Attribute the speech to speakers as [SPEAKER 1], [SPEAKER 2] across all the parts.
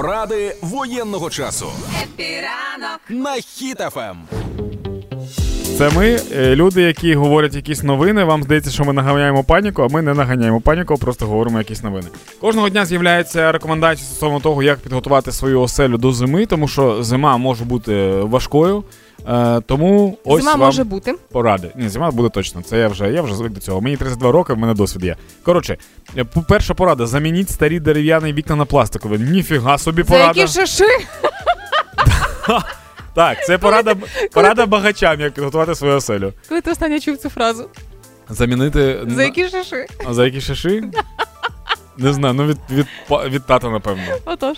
[SPEAKER 1] Поради воєнного часу
[SPEAKER 2] Піранок.
[SPEAKER 1] на Ем. хітафем.
[SPEAKER 3] Це ми, е, люди, які говорять якісь новини. Вам здається, що ми наганяємо паніку, а ми не наганяємо паніку, а просто говоримо якісь новини. Кожного дня з'являються рекомендації стосовно того, як підготувати свою оселю до зими, тому що зима може бути важкою. Е, Тому ось
[SPEAKER 4] Зима
[SPEAKER 3] вам
[SPEAKER 4] може бути.
[SPEAKER 3] поради. Ні, зима буде точно. Це я вже я вже звик до цього. Мені 32 роки, в мене досвід є. Коротше, е, п- перша порада: замініть старі дерев'яні вікна на пластикові. Ніфіга собі
[SPEAKER 4] За
[SPEAKER 3] порада.
[SPEAKER 4] які шиши?
[SPEAKER 3] Так, це порада, порада багачам, як підготувати свою оселю.
[SPEAKER 4] Коли ти останнє чув цю фразу?
[SPEAKER 3] Замінити
[SPEAKER 4] За які шиши?
[SPEAKER 3] А за які шиши? Не знаю, ну від, від, па- від тата, напевно.
[SPEAKER 4] Отож.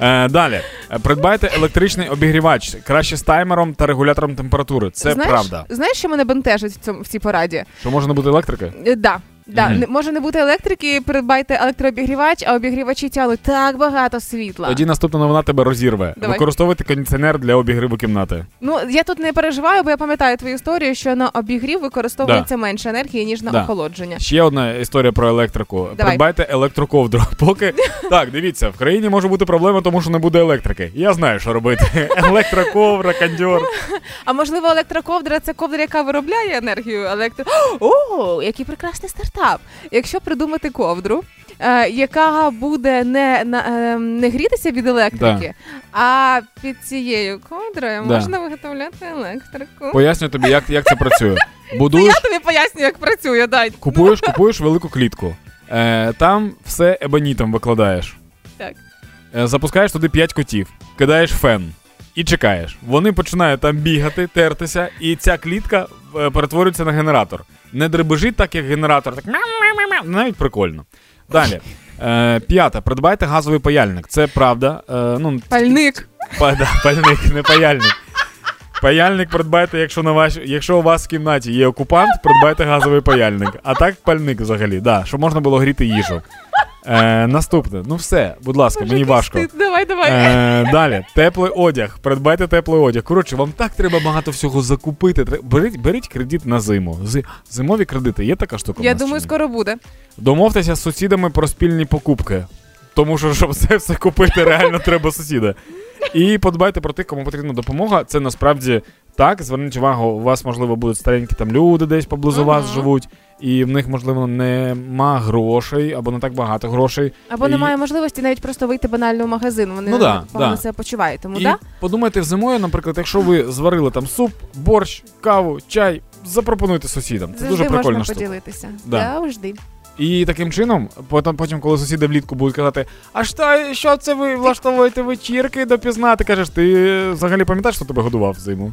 [SPEAKER 3] Е, далі. Е, Придбайте електричний обігрівач краще з таймером та регулятором температури. Це
[SPEAKER 4] знаєш,
[SPEAKER 3] правда.
[SPEAKER 4] Знаєш, що мене бентежить в цьому в цій пораді?
[SPEAKER 3] Що може не бути електрики?
[SPEAKER 4] Е, Да. Да,
[SPEAKER 3] Мгм.
[SPEAKER 4] не- може не бути електрики, придбайте електрообігрівач, а обігрівачі тягнуть так багато світла.
[SPEAKER 3] Тоді наступна новина тебе розірве.
[SPEAKER 4] Давай.
[SPEAKER 3] Використовуйте кондиціонер для обігріву кімнати.
[SPEAKER 4] Ну я тут не переживаю, бо я пам'ятаю твою історію, що на обігрів використовується менше енергії ніж на
[SPEAKER 3] Да.
[SPEAKER 4] охолодження.
[SPEAKER 3] Ще одна історія про електрику.
[SPEAKER 4] Давай.
[SPEAKER 3] Придбайте електроковдру. Поки так, дивіться, в країні може бути проблема, тому що не буде електрики. Я знаю, що робити. Електроковдра, кондьор.
[SPEAKER 4] Ну. А можливо, електроковдра це ковдра, яка виробляє енергію електро. О, який прекрасний стартап! Якщо придумати ковдру, е, яка буде не, на, е, не грітися від електрики, а під цією ковдрою
[SPEAKER 3] Да.
[SPEAKER 4] можна виготовляти електрику. Ну,
[SPEAKER 3] Поясню тобі, як, як це працює. Будуєш
[SPEAKER 4] Я тобі поясню, як працює, дай.
[SPEAKER 3] Купуєш, купуєш велику клітку. Е, там все ебонітом викладаєш.
[SPEAKER 4] Так.
[SPEAKER 3] Е, запускаєш туди 5 котів, кидаєш фен і чекаєш. Вони починають там бігати, тертися, і ця клітка е, перетворюється на генератор. Не дребежить так, як генератор, так мяу-мяу-мяу-мяу. навіть прикольно. Далі. Е, п'ята. Придбайте газовий паяльник. Це правда. Е, ну,
[SPEAKER 4] Пальник.
[SPEAKER 3] Па, да, пальник, не паяльник. Паяльник придбайте, якщо на ваш, якщо у вас в кімнаті є окупант, придбайте газовий паяльник. А так пальник взагалі, да, щоб можна було гріти їжу. Е, наступне, ну все, будь ласка,
[SPEAKER 4] Боже,
[SPEAKER 3] мені
[SPEAKER 4] який
[SPEAKER 3] важко.
[SPEAKER 4] стид. Давай, давай.
[SPEAKER 3] Е, далі, теплий одяг. Придбайте теплий одяг. Коротше, вам так треба багато всього закупити. Тре- Беріть, беріть кредит на зиму. З- зимові кредити є така штука. в
[SPEAKER 4] Я
[SPEAKER 3] нас чи
[SPEAKER 4] думаю,
[SPEAKER 3] ні?
[SPEAKER 4] скоро буде.
[SPEAKER 3] Домовтеся з сусідами про спільні покупки. Тому що, щоб це все купити, реально треба сусіда. І подбайте про тих, кому потрібна допомога. Це насправді так. Зверніть увагу, у вас, можливо, будуть старенькі там люди десь поблизу вас
[SPEAKER 4] Мгм.
[SPEAKER 3] живуть, і в них, можливо, нема грошей або не так багато грошей.
[SPEAKER 4] Або
[SPEAKER 3] І-
[SPEAKER 4] немає можливості навіть просто вийти банально в магазин. Вони
[SPEAKER 3] Ну да,
[SPEAKER 4] погано
[SPEAKER 3] да.
[SPEAKER 4] себе почувають. Тому
[SPEAKER 3] і
[SPEAKER 4] да?
[SPEAKER 3] подумайте зимою, наприклад, якщо ви зварили там суп, борщ, каву, чай, запропонуйте сусідам. Це
[SPEAKER 4] завжди
[SPEAKER 3] дуже прикольна
[SPEAKER 4] можна
[SPEAKER 3] штука.
[SPEAKER 4] поділитися.
[SPEAKER 3] Да.
[SPEAKER 4] Завжди.
[SPEAKER 3] І таким чином, потім, потім, коли сусіди влітку будуть казати, а що, е, що це ви влаштовуєте вечірки допізна? Ти кажеш, ти взагалі пам'ятаєш, що тебе годував зиму?